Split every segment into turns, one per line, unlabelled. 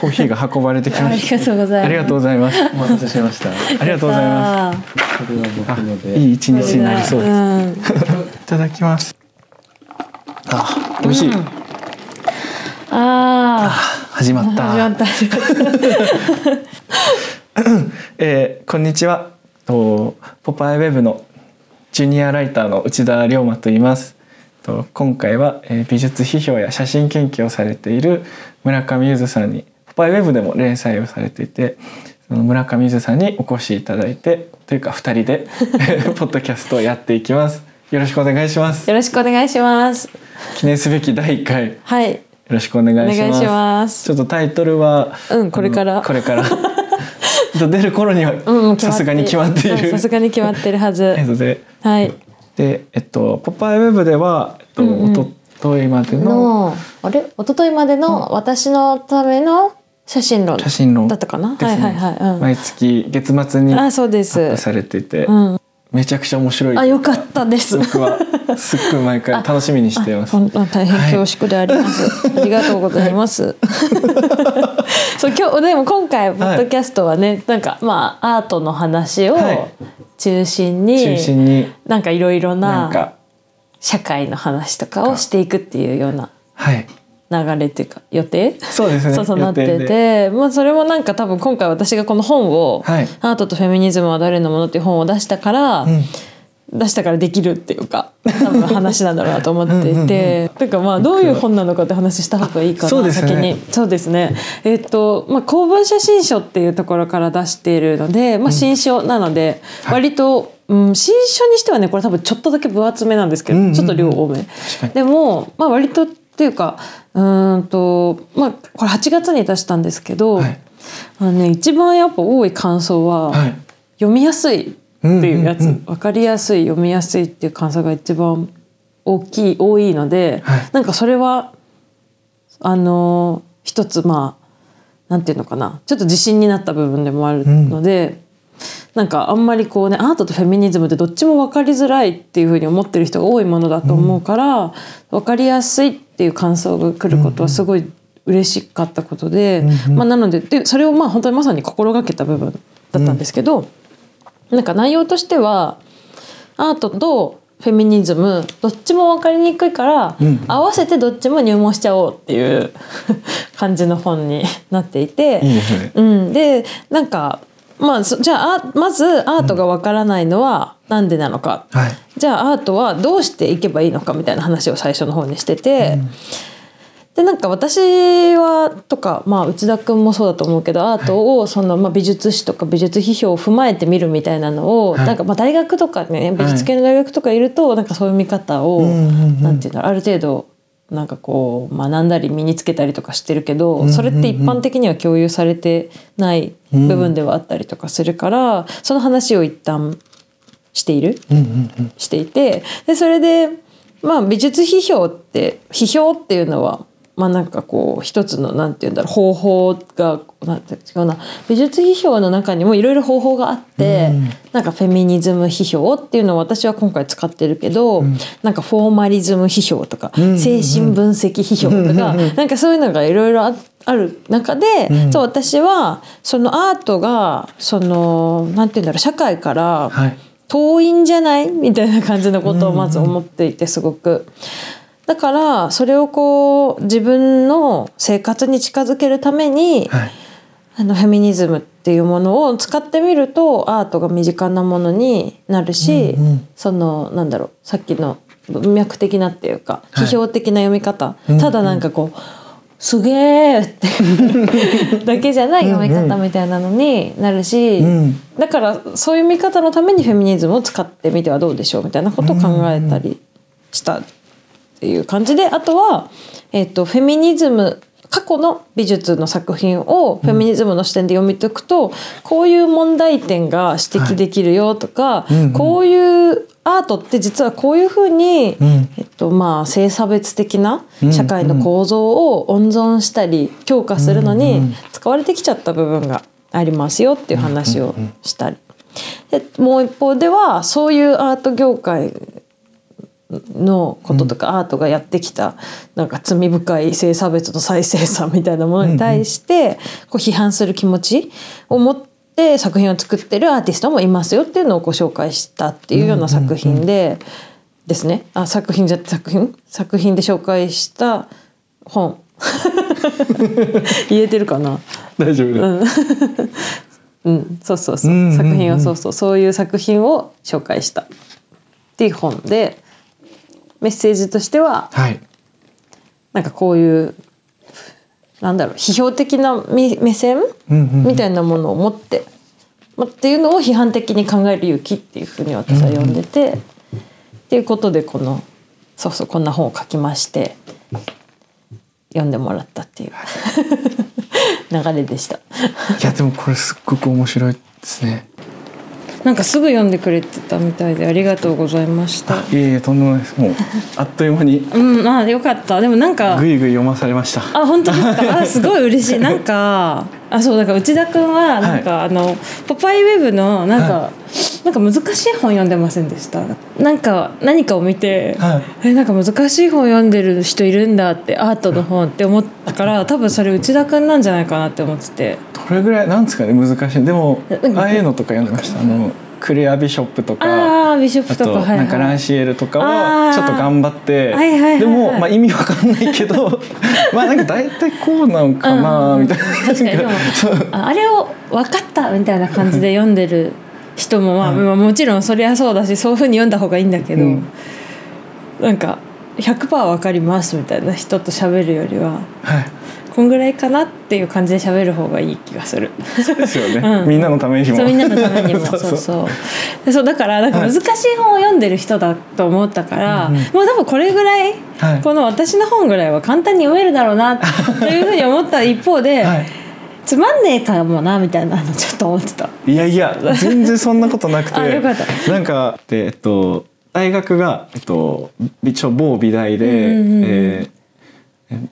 ケーキが運ばれてき
あ
ま
り
し
がとうござ
た。
います。
ありがとうございます。お待たせしました。ありがとうございます
ます。
これは
あ
僕の。で
いい一日になりそうです。
ん、
いただきます。あ、美味しい。
うんあ
始ま
あ、
った。
始まった。
えーこんにちは。とポパイウェブのジュニアライターの内田龍馬と言います。と今回は、えー美術批評や写真研究をされている村上ゆずさんにポパイウェブでも連載をされていて、その村上ゆずさんにお越しいただいてというか二人でポッドキャストをやっていきます。よろしくお願いします。
よろしくお願いします。
記念すべき第一回よ
はい、
ろしくお願い
お願い
します。
します。
ちょっとタイトルは、
うんこれから
あのこれから と出る頃に
うん、も
は
う決ま
さす
って
がに決まってい
うん
る。
さすがに決まってるはず
え。っとで
はい。
でえっとポパイウェブではえっと、
うんうん
おとといまでの
の、あれ、一昨日までの私のための写真論
写真論
だったかな。
です
はい
ね
はいはい
毎月月末に
うん。
ア
あ、
ッ
そうです。
プされていて、
うん。
めちゃくちゃ面白い
あ、よかっ たです。
僕はすっごい毎回楽しみにしています。
本当大変
はい
恐縮であります。 ありがとうございます。 そう今日でも今回ポッドキャストはね、なんかまあアートの話を
はい
中心に、
中心に
なんかいろいろ
なん
な
か
社会の話とかをしていくっていうような
はい
流れっていうか予定。
そうですね
そうそうな
予
って
定
て
で
まあ、それもなんか多分今回私がこの本を「
はい
アートとフェミニズムは誰のもの」っていう本を出したから、
うん
出したからできるっていうか多分話なんだろうなと思っていててかまあどういう本なのかって話した方がいいかな
そうですね
先にそうですねえっ、と、まあ、公文写真書っていうところから出しているので、まあ、新書なので
い
割と、うん、新書にしてはねこれ多分ちょっとだけ分厚めなんですけど、
うんうんうん
ちょっと量多め
かに
でも、まあ、割とっていうかうーんとまあこれ8月に出したんですけど、
はい
あのね、一番やっぱ多い感想は、
はい
読みやすいっていうや
う
つ、
ん
わ
うんうん
分かりやすい読みやすいっていう感想が一番大きい多いので、
はい
なんかそれはあのー一つまあなんていうのかなちょっと自信になった部分でもあるので、なんかあんまりこうねアートとフェミニズムってどっちも分かりづらいっていうふうに思ってる人が多いものだと思うから、分かりやすいっていう感想が来ることはすごい嬉しかったことで、まあ、なのででそれをまあ本当にまさに心がけた部分だったんですけど。なんか内容としてはアートとフェミニズムどっちも分かりにくいから、
うん
合わせてどっちも入門しちゃおうっていう 感じの本になっていて。
いいですね。
うん、でなんかまあそじゃああまずアートが分からないのはなんでなのか、
はい
じゃあアートはどうしていけばいいのかみたいな話を最初の方にしてて、でなんか私はとか、まあ、内田君もそうだと思うけどアートをその、まあ、美術史とか美術批評を踏まえて見るみたいなのを、
はい
なんかまあ大学とかね美術系の大学とかいると、なんかそういう見方を、
うんうんうん
なんていうんだろうある程度なんかこう学んだり身につけたりとかしてるけど、
んうんうん
それって一般的には共有されてない部分ではあったりとかするから、その話を一旦している。
うんうんうん
していてでそれで、まあ、美術批評って批評っていうのは、まあ、なんかこう一つのなんて言うんだろう方法がなんて違うな美術批評の中にもいろいろ方法があって、
うん
なんかフェミニズム批評っていうのを私は今回使ってるけど、なんかフォーマリズム批評とか、
んうんうん
精神分析批評とか、なんかそういうのがいろいろあある中で、
うん
そう私はそのアートがそのなんて言うんだろう社会から、
はい
遠いんじゃないみたいな感じのことをまず思っていてすごく。だからそれをこう自分の生活に近づけるために、
はい
あのフェミニズムっていうものを使ってみるとアートが身近なものになるし、
うんうん
そのなんだろうさっきの文脈的なっていうか、
はい
批評的な読み方、
うんうん
ただなんかこう「すげえ!」っていう だけじゃない読み方みたいなのになるし、
うん
だからそういう見方のためにフェミニズムを使ってみてはどうでしょうみたいなことを考えたりしたっていう感じであとは、えっとフェミニズム過去の美術の作品をフェミニズムの視点で読み解くと、こういう問題点が指摘できるよとか、
いうんうん
こういうアートって実はこういうふうに、
うん
えっとまあ、性差別的な
うん
社会の構造を温存したり強化するの
うんう
に
ん
使われてきちゃった部分がありますよっていう話をしたり。でもう一方ではそういうアート業界のこととか、アートがやってきたなんか罪深い性差別の再生産みたいなものに対してこう批判する気持ちを持って作品を作ってるアーティストもいますよっていうのをご紹介したっていうような作品でですねあ作品じゃ作品作品で紹介した本言えてるかな
大丈夫です、
うん、そうそうそう,、
うんうんうん
作品をそうそうそういう作品を紹介したっていう本でメッセージとしては
はい
なんかこういうなんだろう批評的なみ目線
うんうんうん
みたいなものを持って、ま、っていうのを批判的に考える勇気っていうふうに私は読んでて、っていうことでこのそうそうこんな本を書きまして読んでもらったっていう 流れでした。
いやでもこれすっごく面白いですね
なんかすぐ読んでくれてたみたいでありがとうございました
あ。いえいえとんでもないですも うあっという間に
うん、あ、よかった。でもなんか
ぐ、いぐい読まされました
あ、本当で すか。あ、すごい嬉しい。なんか、あ、そうだから内田くんはなんか、あのポパイウェブのなんか、なんか難しい本読んでませんでした。なんか何かを見て、
はい
えなんか難しい本読んでる人いるんだってアートの本って思ったから、多分それ内田くんなんじゃないかなって思ってて。
どれぐらいなんですかね難しいでも
うん
ああいうのとか読んでましたあのクレアビショップとかあ
ああ、ビショップと
と
か
なんかランシエルとか
あー
はちょっと頑張って
はいはいはいはい
でもまあ意味わかんないけ どまあなんか大体こうなのかなみたいな
確 かにでもああれを分かったみたいな感じで読んでる人も、まあ
うん
まあもちろんそりゃそうだしそういうふうに読んだ方がいいんだけど、
うん
なんか100%分かりますみたいな人と喋るよりは
はい
こんぐらいかなっていう感じで喋る方がいい気がする。
そうですよね、
うん
みんなのためにも
そうみんなのた めにも
そ
そうう
そう
そうでそうだからなんか
はい
難しい本を読んでる人だと思ったから、
うんうん
もう多分これぐらい、
はい
この私の本ぐらいは簡単に読めるだろうなというふうに思った一方で、
はい
つまんねえかもなみたいなのちょっと思ってた。
いやいや全然そんなことなくて
あよかった
なんかでえっと大学が、えっと、一応某美大で、
うんうんうん
えー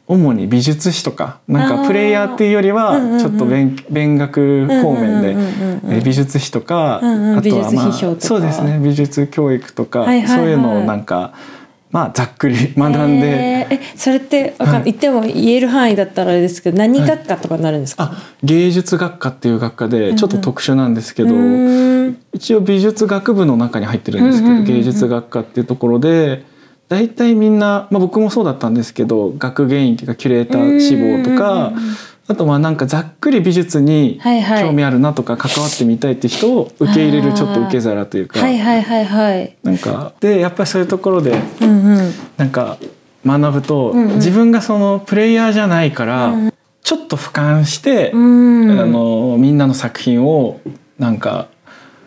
主に美術史とかなん
あ
か
ー
プレイヤーっていうより
うんうんう
は
ん
ちょっと勉,、勉学方面で、
うんうんうんうん
えー美術史とか、
うんうん
あとはまあ
美術批評とか
そうですね美術教育とか、
はいはいはい
そういうのをなんかまあざっくり学んで、
えーえそれってわかん、
はい
言っても言える範囲だったらあれですけど何学科とかになるんですか、
あ芸術学科っていう学科でちょっと特殊なんですけ
う
ど。
ーん
一応美術学部の中に入ってるんですけ
うんうん
ど
うんう
芸
ん
術学科っていうところで大体みんな、まあ、僕もそうだったんですけど学芸員というかキュレーター志望と
う
か
んうんうんうん
あとまあなんかざっくり美術に
はいはい
興味あるなとか関わってみたいって人を受け入れ
あ
る
ー
ちょっと受け皿というか
はいはいはいはい
なんかでやっぱりそういうところで
うんうん
なんか学ぶと
うんうん
自分がそのプレイヤーじゃないか
うんう
らちょっと俯瞰して
うん
あのみんなの作品をなんか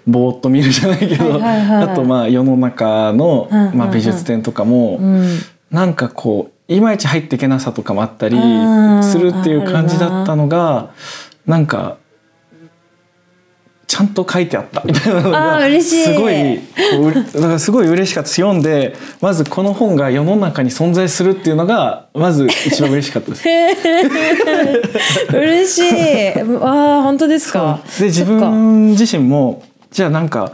ぼーっと見るじゃないけど、
はいはいはい
あとまあ世の中の、
うんうんうん
まあ、美術展とかも、
うん
なんかこういまいち入っていけなさとかもあったり
うん
するっていう感じだったのがなんかちゃんと書いてあったみたいなの
あ
が
ー嬉し
す
い
ごいこううれだからすごい嬉しかったです読んでまずこの本が世の中に存在するっていうのがまず一番嬉しかったです。
嬉しい。ああ、本当ですか。
で自分自身もじゃあなんか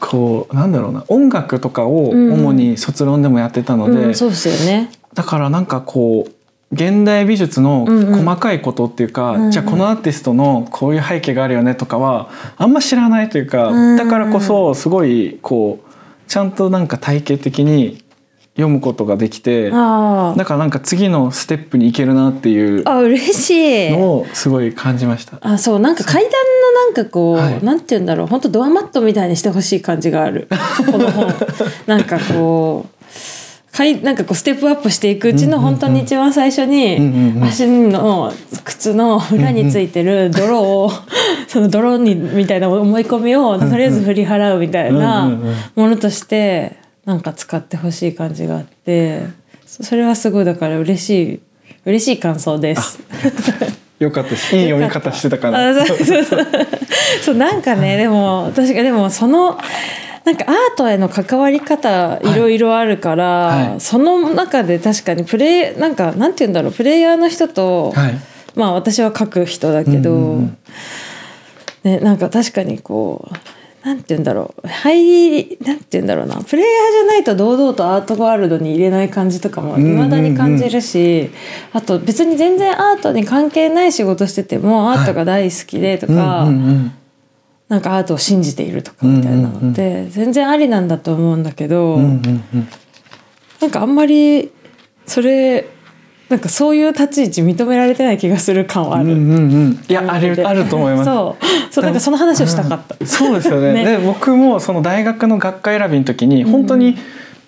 こうなんだろうな音楽とかを
うんうん
主に卒論でもやってたので、
うん、そうですよね。
だからなんかこう現代美術の
うんうん
細かいことっていうか、
うんうん
じゃあこのアーティストのこういう背景があるよねとかはあんま知らないというか、
うん
だからこそすごいこうちゃんとなんか体系的に読むことができてだ
ああ、
からなんか次のステップに行けるなっていう
あ嬉しい。
のをすごい感じました。
あそうなんか階段のなんかこう、
はい
なんて言うんだろう本当ドアマットみたいにしてほしい感じが あるこの本なんかこうかいなんかこうステップアップしていくうちの
うんうんうん
本当に一番最初に、
うんうんうん
足の靴の裏についてる泥を、 その泥にみたいな思い込みをとりあえず振り払うみたいな
うんうんうん
ものとしてなんか使ってほしい感じがあってそそれはすごいだから嬉しい嬉しい感想です。
よかったです。いい読み方してたかな。
あそうそうそう そうなんかねでも確かにでもそのなんかアートへの関わり方いろいろあるから、
はい
その中で確かにプレイなんかなんて言うんだろうプレイヤーの人と、
はい。
まあ私は書く人だけど、
うんうんうん
ね、なんか確かにこうなんて言うんだろう入りなんて言うんだろうなプレイヤーじゃないと堂々とアートワールドに入れない感じとかも
うんうんうん
未だに感じるし、あと別に全然アートに関係ない仕事しててもアートが大好きでとか、
うんうん
なんかアートを信じているとかみたいなのって全然ありなんだと思うんだけ
うんう
ど、
んうんうん
なんかあんまりそれなんかそういう立ち位置認められてない気がする感はあ
う
る。
んうんうんいやあ
で
るあると思います
そうそうなんかその話をしたかった。
そうですよね
ね
で僕もその大学の学科選びの時に本当に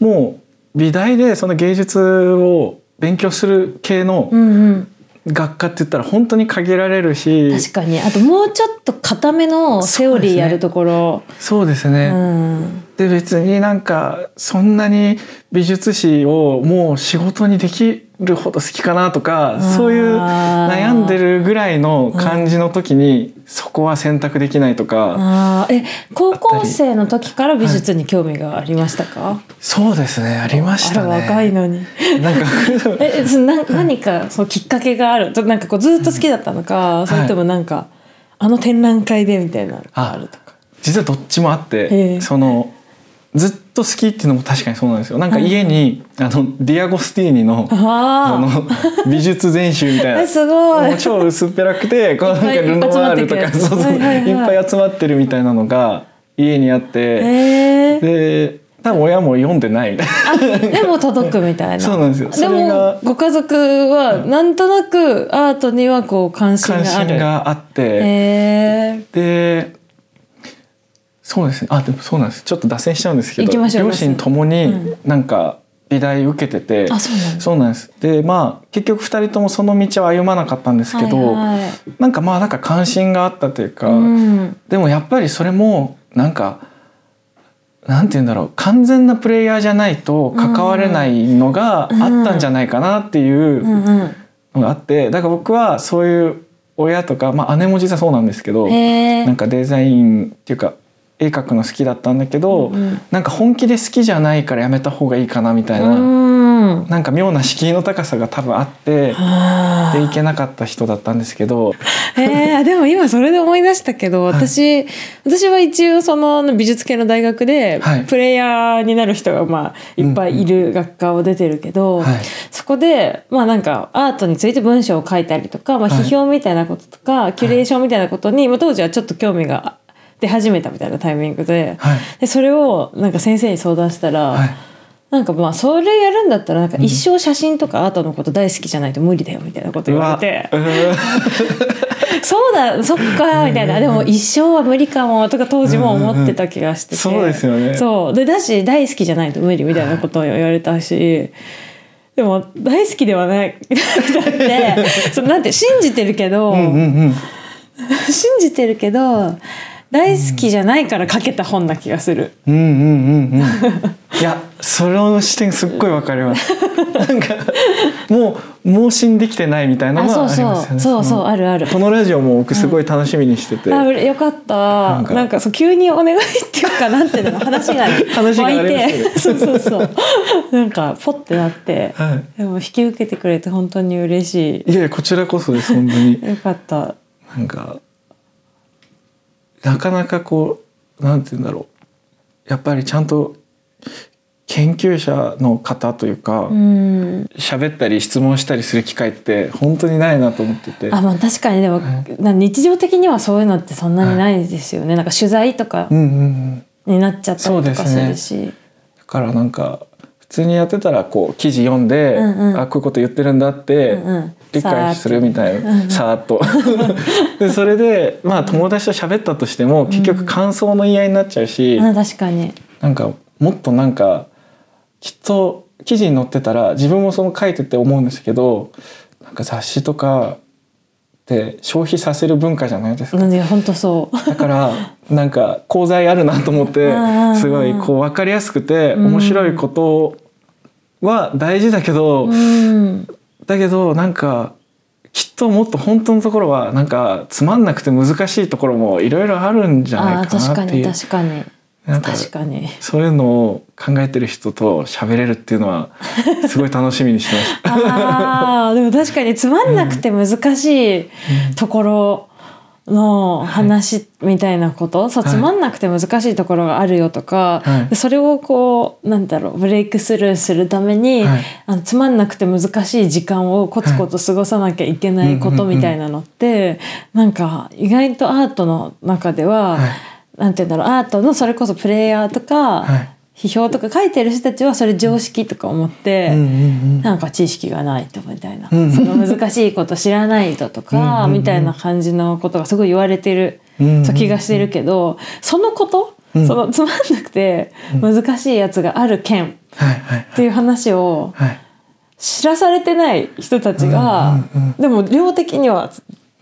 もう美大でその芸術を勉強する系の
うんうん
学科って言ったら本当に限られるし
確かにあともうちょっと固めのセオリーやるところ
そうです
う,、
ね、
ん
で別になんかそんなに美術史をもう仕事にできるほど好きかなとかそういう
あー
悩んでるぐらいの感じの時にそこは選択できないとか
あーえ高校生の時から美術に興味がありましたか、
そうですねありまし
あ
た
ら若い
ね。
のに
なんか
えそな何かそのきっかけがあるとなんかこうずっと好きだったのか、それともなんかあの展覧会でみたいなのがあるとか
実はどっちもあっ
へえ
てそのずっと好きっていうのも確かにそうなんですよなんか家にあのディアゴスティーニのあ
あ
の美術全集みたい
あ
な
えすごい
もう超薄っぺらくてこうなんか
いっぱい
ルノワールと
集まっ
か
てくる
そうそう
はいいはいはい
っぱい集まってるみたいなのが家にあって、
えー、
で多分親も読んでないみたいな
あでも届くみたいな
そうなんですよそ
で
れが
もご家族はなんとなくアートにはこう関心
関
がある
心があって、
へ
でそうですねあでもそうなんですちょっと脱線しちゃうんですけ
行き
ど
ましょう
両親ともに
う
なんか美大受けてて、
ー、あそうなんだ
そうなんですでまあ結局2人ともその道は歩まなかったんですけど、
はいはい
なんかまあなんか関心があったというか、
うん、
でもやっぱりそれもなんかなんて言うんだろう完全なプレイヤーじゃないと関われないのがあったんじゃないかなっていう
うんうん
のがあってだから僕はそういう親とか、まあ、姉も実はそうなんですけど
へー
なんかデザインっていうか絵描くの好きだったんだけど、
うんうん
なんか本気で好きじゃないからやめた方がいいかなみたいな、
うん
なんか妙な敷居の高さが多分あって。
あ
でい
ー
けなかった人だったんですけど、
えー、でも今それで思い出したけど私、私は一応その美術系の大学で、
はい
プレイヤーになる人がまあいっぱいいる学科を出てるけど、
はい
そこでまあなんかアートについて文章を書いたりとか、ま
は
あ、
い
批評みたいなこととか、キュレーションみたいなことに、まあ、当時はちょっと興味が出始めたみたいなタイミングで,、
はい
でそれをなんか先生に相談したら、
はい
なんかまあそれやるんだったらなんか一生写真とかアートのこと大好きじゃないと無理だよみたいなこと言われて。
うわうん
そうだそっかみたいな、でも一生は無理かもとか当時も思ってた気がしてて、
うんうんうんそうですよね
そうでだし大好きじゃないと無理みたいなことを言われたしでも大好きではないだってそうなんて信じてるけど、
うんうんうん
信じてるけど大好きじゃないから書けた本な気がする。
うんうんうんうん いやその視点すっごいわかります なんかもう盲信できてないみたいな
あ
の
そ
は
う
あり
そ
ますよ
う
ね
そうそう
の
あるある。
このラジオも僕すごい楽しみにしてて、
あよかったなんん
か
かそう急にお願いっていうかなんていうの話が
話がありましたね
湧いてそうそうそうなんかポッてなって、
は
でも引き受けてくれて本当に嬉し
い、いやいやこちらこそです本当に
いよかった
なんかなかなかこうなんて言うんだろうやっぱりちゃんと研究者の方というか
うん
喋、ったり質問したりする機会って本当にないなと思ってて
あまあ確かにでも、な日常的にはそういうのってそんなにないですよね、なんか取材とか
うんうんうん
になっちゃったりとかするし、
だからなんか普通にやってたらこう記事読んで、
うんうん
あこういうこと言ってるんだって
うんうん
理解するみたいなさーっと でそれでまあ友達と喋ったとしても結局感想の言い合いになっちゃうし、
あ確かに
なんかもっとなんかきっと記事に載ってたら自分もその書いてて思うんですけどなんか雑誌とかって消費させる文化じゃないですか
なんで本当そう
だからなんか功罪あるなと思って
うんうん
すごいこう分かりやすくて
うん
面白いことは大事だけど、
うん
だけどなんかきっともっと本当のところはなんかつまんなくて難しいところもいろいろあるんじゃ
あ
な
あ
いか
確
な
か
ってい
に
う
確かに
なんか
確かに
そういうのを考えてる人と喋れるっていうのはすごい楽しみにしてま した。
あーでも確かにつまんなくて難しいところ、の話みたいなこと、そう
はい
つまんなくて難しいところがあるよとか、
はい
でそれをこうなんだろうブレイクスルーするために、
はい
あのつまんなくて難しい時間をコツコツ過ごさなきゃいけない
う
こ
んう
と
んうんうん
みたいなのって、なんか意外とアートの中では、
はい
なんて言うんだろうアートのそれこそプレイヤーとか、
はい
批評とか書いてる人たちはそれ常識とか思って。
うんうん
なんか知識がないとみたいな、
うん
その難しいこと知らないとと
うんうん
か
うん
みたいな感じのことがすごい言われてる、
うん
そう気がしてるけど、そのこと、
うん
そのつまんなくて難しいやつがある件
はいはい
っていう話を
はい
知らされてない人たちが、
うんうん
でも量的には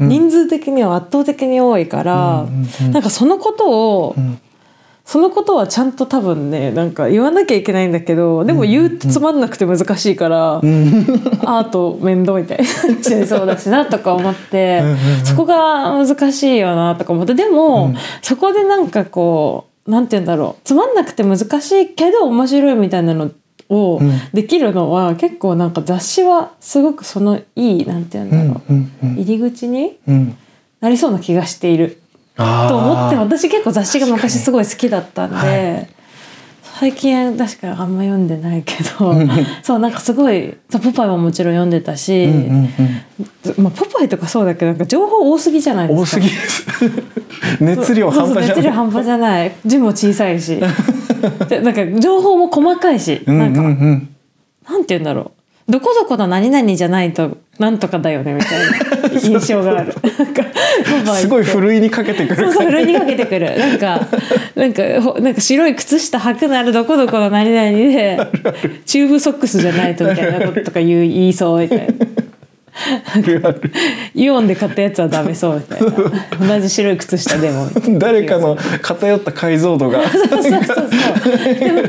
うん
人数的には圧倒的に多いから、
うんうんうん
なんかそのことを、
うん
そのことはちゃんと多分ねなんか言わなきゃいけないんだけどでも言うとつまんなくて難しいから、アート面倒みたいになっちゃいそうだしなとか思って
うんうんうん
そこが難しいよなとか思ってでも、そこでなんかこうなんて言うんだろうつまんなくて難しいけど面白いみたいなのを
うん
できるのは、結構なんか雑誌はすごくそのいいなんて言うん
う
だ
ん
ろう、
うんうん
入り口に
うん
なりそうな気がしている。と思って
あ
私結構雑誌が昔すごい好きだったんで、
確かには
最近確かあんま読んでないけどそうなんかすごい「そうポパイ」はもちろん読んでたし、
ーうんうんうん
まあ、ポパイとかそうだけどなんか情報多すぎじゃないですか。
多すぎです 熱量
そう
半
そう
端じゃ
熱量半端じゃない字も小さ いしでなんか情報も細かいし、
うんう
なん
ん
か
うん
なんて言うんだろうどこどこの何々じゃないとなんとかだよねみたいな印象 があるなんかポパイ
す
って
ごいふるいにかけてく
そ
る
うそう、ふるいにかけてくる。なんか、なんか、ほなんか白い靴下履くならどこどこの何々で、チューブソックスじゃないとみたいなこととか言う言いそうみたいな。
あるある
イオンで買ったやつはダメそうみたいな。同じ白い靴下でもみたいな。
誰かの偏った解像 度が
そうそうそうそう。でも偏っ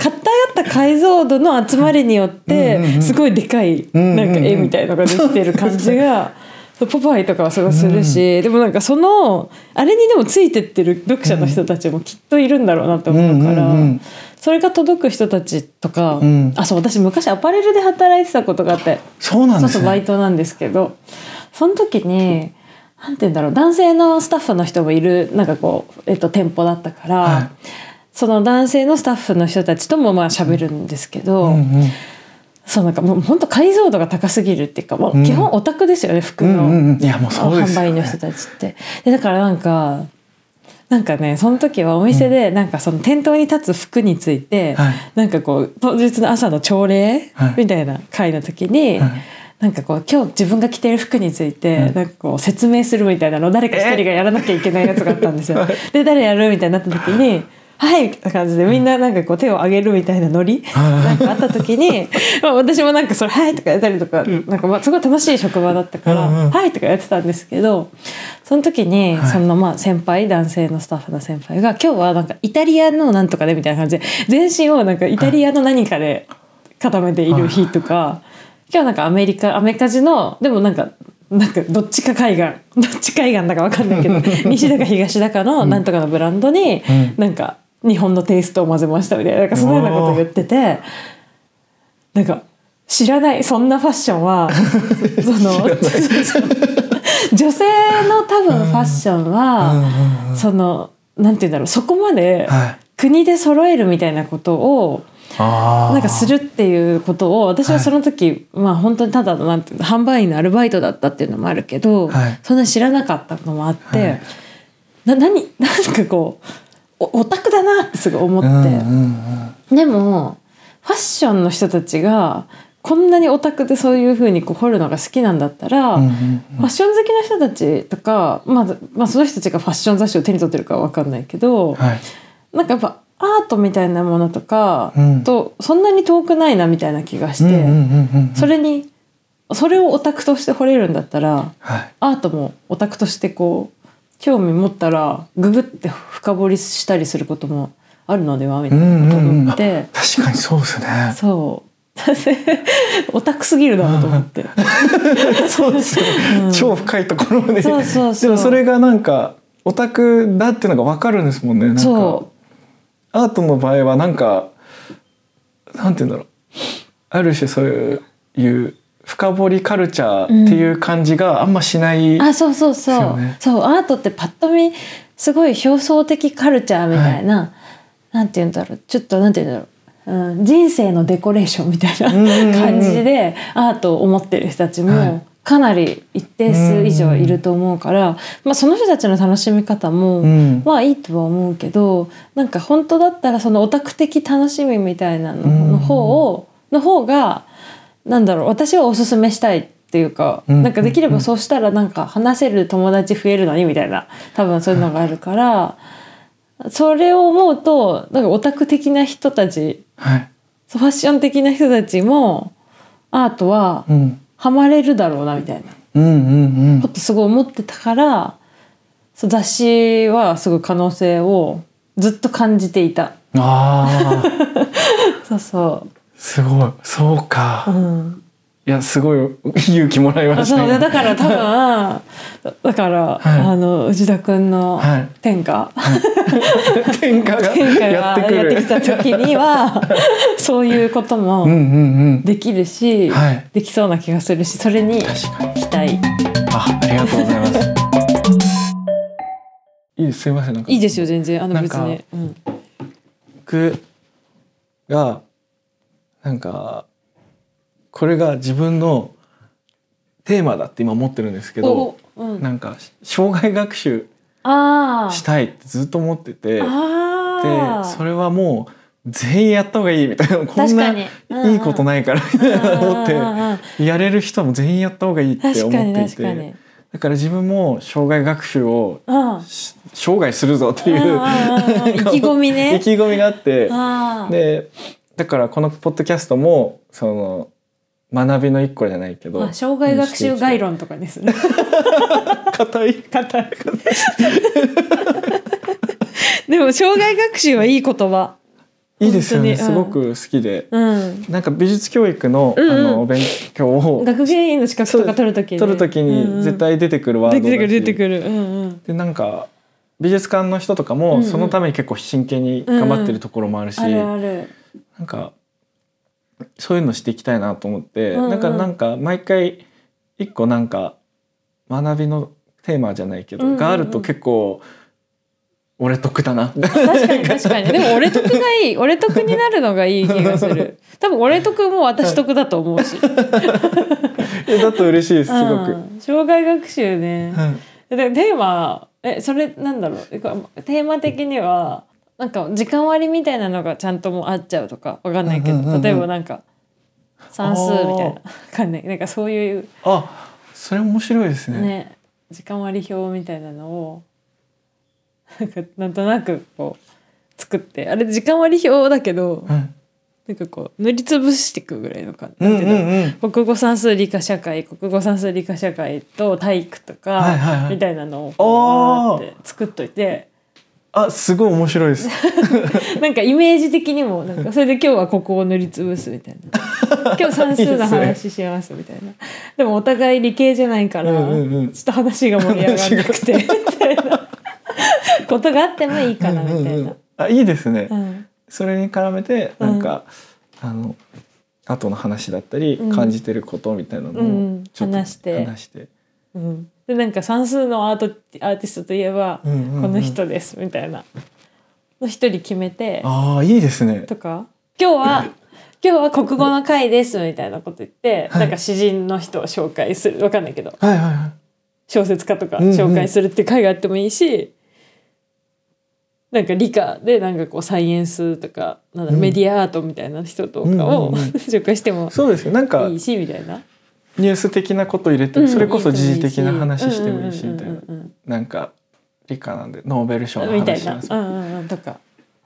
た解像度の集まりによって、すごいでかい、
んうんうん
なんか絵みたいのができてる感じが。そうポパイとかはすごいするし、でもなんかそのあれにでもついてってる読者の人たちもきっといるんだろうなと思うから、
うんうんうん
それが届く人たちとか、
ん
あそう私昔アパレルで働いてたことがあって
そうなん
そ
で
うそ
す
うバイ
ね
トなんですけどその時になんて言うんだろう男性のスタッフの人もいるなんかこう、えっと、店舗だったから、
はい
その男性のスタッフの人たちともまあ喋るんですけど、
うんうん
そうなんかもう本当解像度が高すぎるっていうか、もう基本オタクですよね服
う
の、
んうんうんいやもうそうです
販
よね
売の人たちって。でだからなんかなんかねその時はお店でなんかその店頭に立つ服について、
はい
なんかこう当日の朝の朝礼
はい
みたいな会の時に。
はい
なんかこう今日自分が着てる服についてなんかこう説明するみたいなのを誰か一人がやらなきゃいけないやつがあったんですよ。で誰やるみたいになった時に「はい!」みたいな感じでみんななんかこう手を上げるみたいなノリ
はい
なんかあった時にまあ私もなんかそれ「はい」とかやったりとかなんかまあすごい楽しい職場だったから
うんうん
「はい」とかやってたんですけどその時に
はい
そのまあ先輩男性のスタッフの先輩が「今日はなんかイタリアのなんとかで」みたいな感じで全身をなんかイタリアの何かで固めている日とか今日なんかアメリカアメリカ人のでもなんか。なんかどっちか海岸ど っち海岸だか分かんない けど西だか東だかのなんとかのブランドに
うん
なんか日本のテイストを混ぜましたみたいななんかそのようなことを言っててなんか知らないそんなファッションは その 女性の多分ファッションは、そのなんて言うんだろうそこまで
はい
国で揃えるみたいなことを
あー
なんかするっていうことを私はその時、まあ本当にただのなんていうの販売員のアルバイトだったっていうのもあるけど、
はい
そんなに知らなかったのもあって、
はい
な何なんかこうおオタクだなってすごい思って。
うんうんうん
でもファッションの人たちがこんなにオタクでそういうふうにこう掘るのが好きなんだったら、
うんうん
ファッション好きな人たちとか、まあ、まあその人たちがファッション雑誌を手に取ってるかは分かんないけど、
はい
なんかやっぱアートみたいなものとか
うん
とそんなに遠くないなみたいな気がして、
うんうんうんうん
それにそれをオタクとして掘れるんだったら
はい
アートもオタクとしてこう興味持ったらググって深掘りしたりすることもあるのではみたいなことを思って。
うんうんうんあ確かにそうですね
そう。 オタクすぎるなと思って。
そうですね、
う ん
超深いところまで
そうそうそう
でもそれがなんかオタクだっていうのが分かるんですもんねなんか
そ
アートの場合はなんかなんて言うんだろうある種そういうフ深掘りカルチャーっていう感じがあんましない、
あそうそうそ
ですよ
う、
ね
そうアートってパッと見すごい表層的カルチャーみたいな、なんて言うんだろうちょっとなんて言うんだろう、うん、人生のデコレーションみたいな
うんうんうん
感じでアートを思ってる人たち
はい
もかなり一定数以上いると思うから、まあ、その人たちの楽しみ方も、
うん
まあいいとは思うけどなんか本当だったらそのオタク的楽しみみたいなの
うん
の方をの方がなんだろう私はおすすめしたいっていうか、
うん
なんかできればそうしたらなんか話せる友達増えるのにみたいな多分そういうのがあるから、それを思うとなんかオタク的な人たち
はい
そうファッション的な人たちもアートは
うん、
ハマれるだろうなみたいな
うんうんうん
ことすごい思ってたからそう雑誌はすごい可能性をずっと感じていた
あー
そうそ
すごいそう
う、
か
うん、
いやすごい勇気もらいま
あ
し
そう
た
ね
今
だから多分だだから、
はい
あの内田君の
はい
天下、
天下が
天下が
やってく
や
る
ってきた時に はそういうこと
うんう
も
んうん
できるし、
はい
できそうな気がするしそれに
確かに
期待
あありがとうございます いいですすいませんなんか
いいですよ全然あの
なん
別
か
に、うん、
僕がなんかこれが自分のテーマだって今思ってるんですけど
おうん、
なんか障害学習
あ
し
ー
たいってずっと思っててで
あー
それはもう全員やった方がいいみたいなこん
確
な
か
い
にうんうん
いことないからみたいな 思
うんうんうんうん
ってやれる人も全員やった方がいいって
確
思
かに
ってい
確か
て
に。
だから自分も障害学習を
うん。うん
し生涯するぞって
うん
いううん
うん意気込みね
意。気込みがあって
ああ。
でだからこのポッドキャストもその学びの一個じゃないけど
まあ、障害学習概論とかですね。
硬い硬い
でも障害学習はいい言葉。
いいですよね、
本
す
当に
ご
うん
く好きで
うん。
なんか美術教育の,、
うんうん
あのお勉強を
学芸員の資格とか取るときに。
取るとき
うんう
に
ん
絶対出てくるワード
出
だして
くる出てくる。うんうん。
でなんか美術館の人とか
うん
も
うん
そのために結構真剣に頑張ってるところもあるし、
あるある。
なんかそういうのしていきたいなと思って、
うんうん
だからなんか毎回一個なんか学びのテーマじゃないけど、
うんうんうん
があると結構俺得だな
確かに確かに。でも俺得が いい。俺得になるのがいい気がする。多分俺得も私得だと 思うし。す
え だと嬉しいですすごく。
障害学習ね。
はい
でテーマえそれなんだろうえこれテーマ的にはなんか時間割みたいなのがちゃんともう合っちゃうとかわかんないけど、
うんうんうんうん
例えばなんか算数みたいな
あ
わかんないなんかそういう
あそれ面白いです
ね
ね。
時間割表みたいなのをなんかなんとなくこう作ってあれ時間割表だけど
うん
なんかこう塗りつぶしていくぐらいの感じ、
う
なん
ん
て
う
いうんだろうん
うん
国語算数理科社会国語算数理科社会と体育とか、
はいはいはい
みたいなのを
おー
こうわーって作っといて
あすごい面白いです。
なんかイメージ的にもなんかそれで今日はここを塗りつぶすみたい な今日算数の話しますみたいなでもお互い理系じゃないから、
うんうんうん
ちょっと話が盛り上がらな くてみたいなことがあってもいいかなみたいな。
うんうんうんあいいですね。
うん
それに絡めて
うん
なんか、あの後の話だったり、
うん
感じてることみたいなの
うん
を
うん
ちょっと
話して
話して、
うんでなんか算数のアートアーティストといえば、
うんうんうん
この人ですみたいなの一人決めて
ああいいですね。
とか今日は 今日は国語の回ですみたいなこと言って、
はい
なんか詩人の人を紹介するわかんないけど
はいはいはい。
小説家とか
うんうん
紹介するっていう回があってもいいし、なんか理科でなんかこうサイエンスとかなんだろう
うん
メディアアートみたいな人とかを、
うんうんうん
紹介しても
そうですよ。なんか
いいしみたいな。
ニュース的なこと入れて、
うん
それこそ時事的な話してもいいし
うんう
み
ん
た
う
い
ん
な
う。ん
なんか理科なんでノーベル賞
うん
の
みた
話
い
なんで
な
す。
う
よ
んうんうんとか、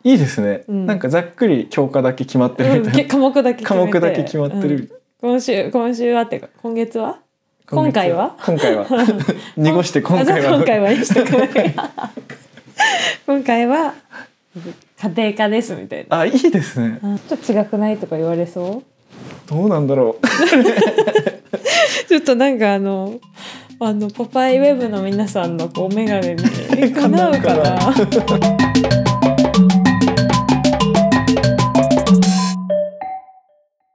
いいですね、
うん
なんかざっくり教科だけ決まって
う
る
ん
みた
け
いな。
科目だけ決
科
めて
目だけ決まって
うん
る。
今週今週はっていうか今月は今回は
今回 は濁して今
あ
回
じゃあ
は
今回はにしとく今回は家庭科ですみたいな、
あいいですね
うんちょっと違くないとか言われそ
どうなんだろ
うちょっとなんかあのあのポパイウェブの皆さんのこうメガネにかなうかな
かなうか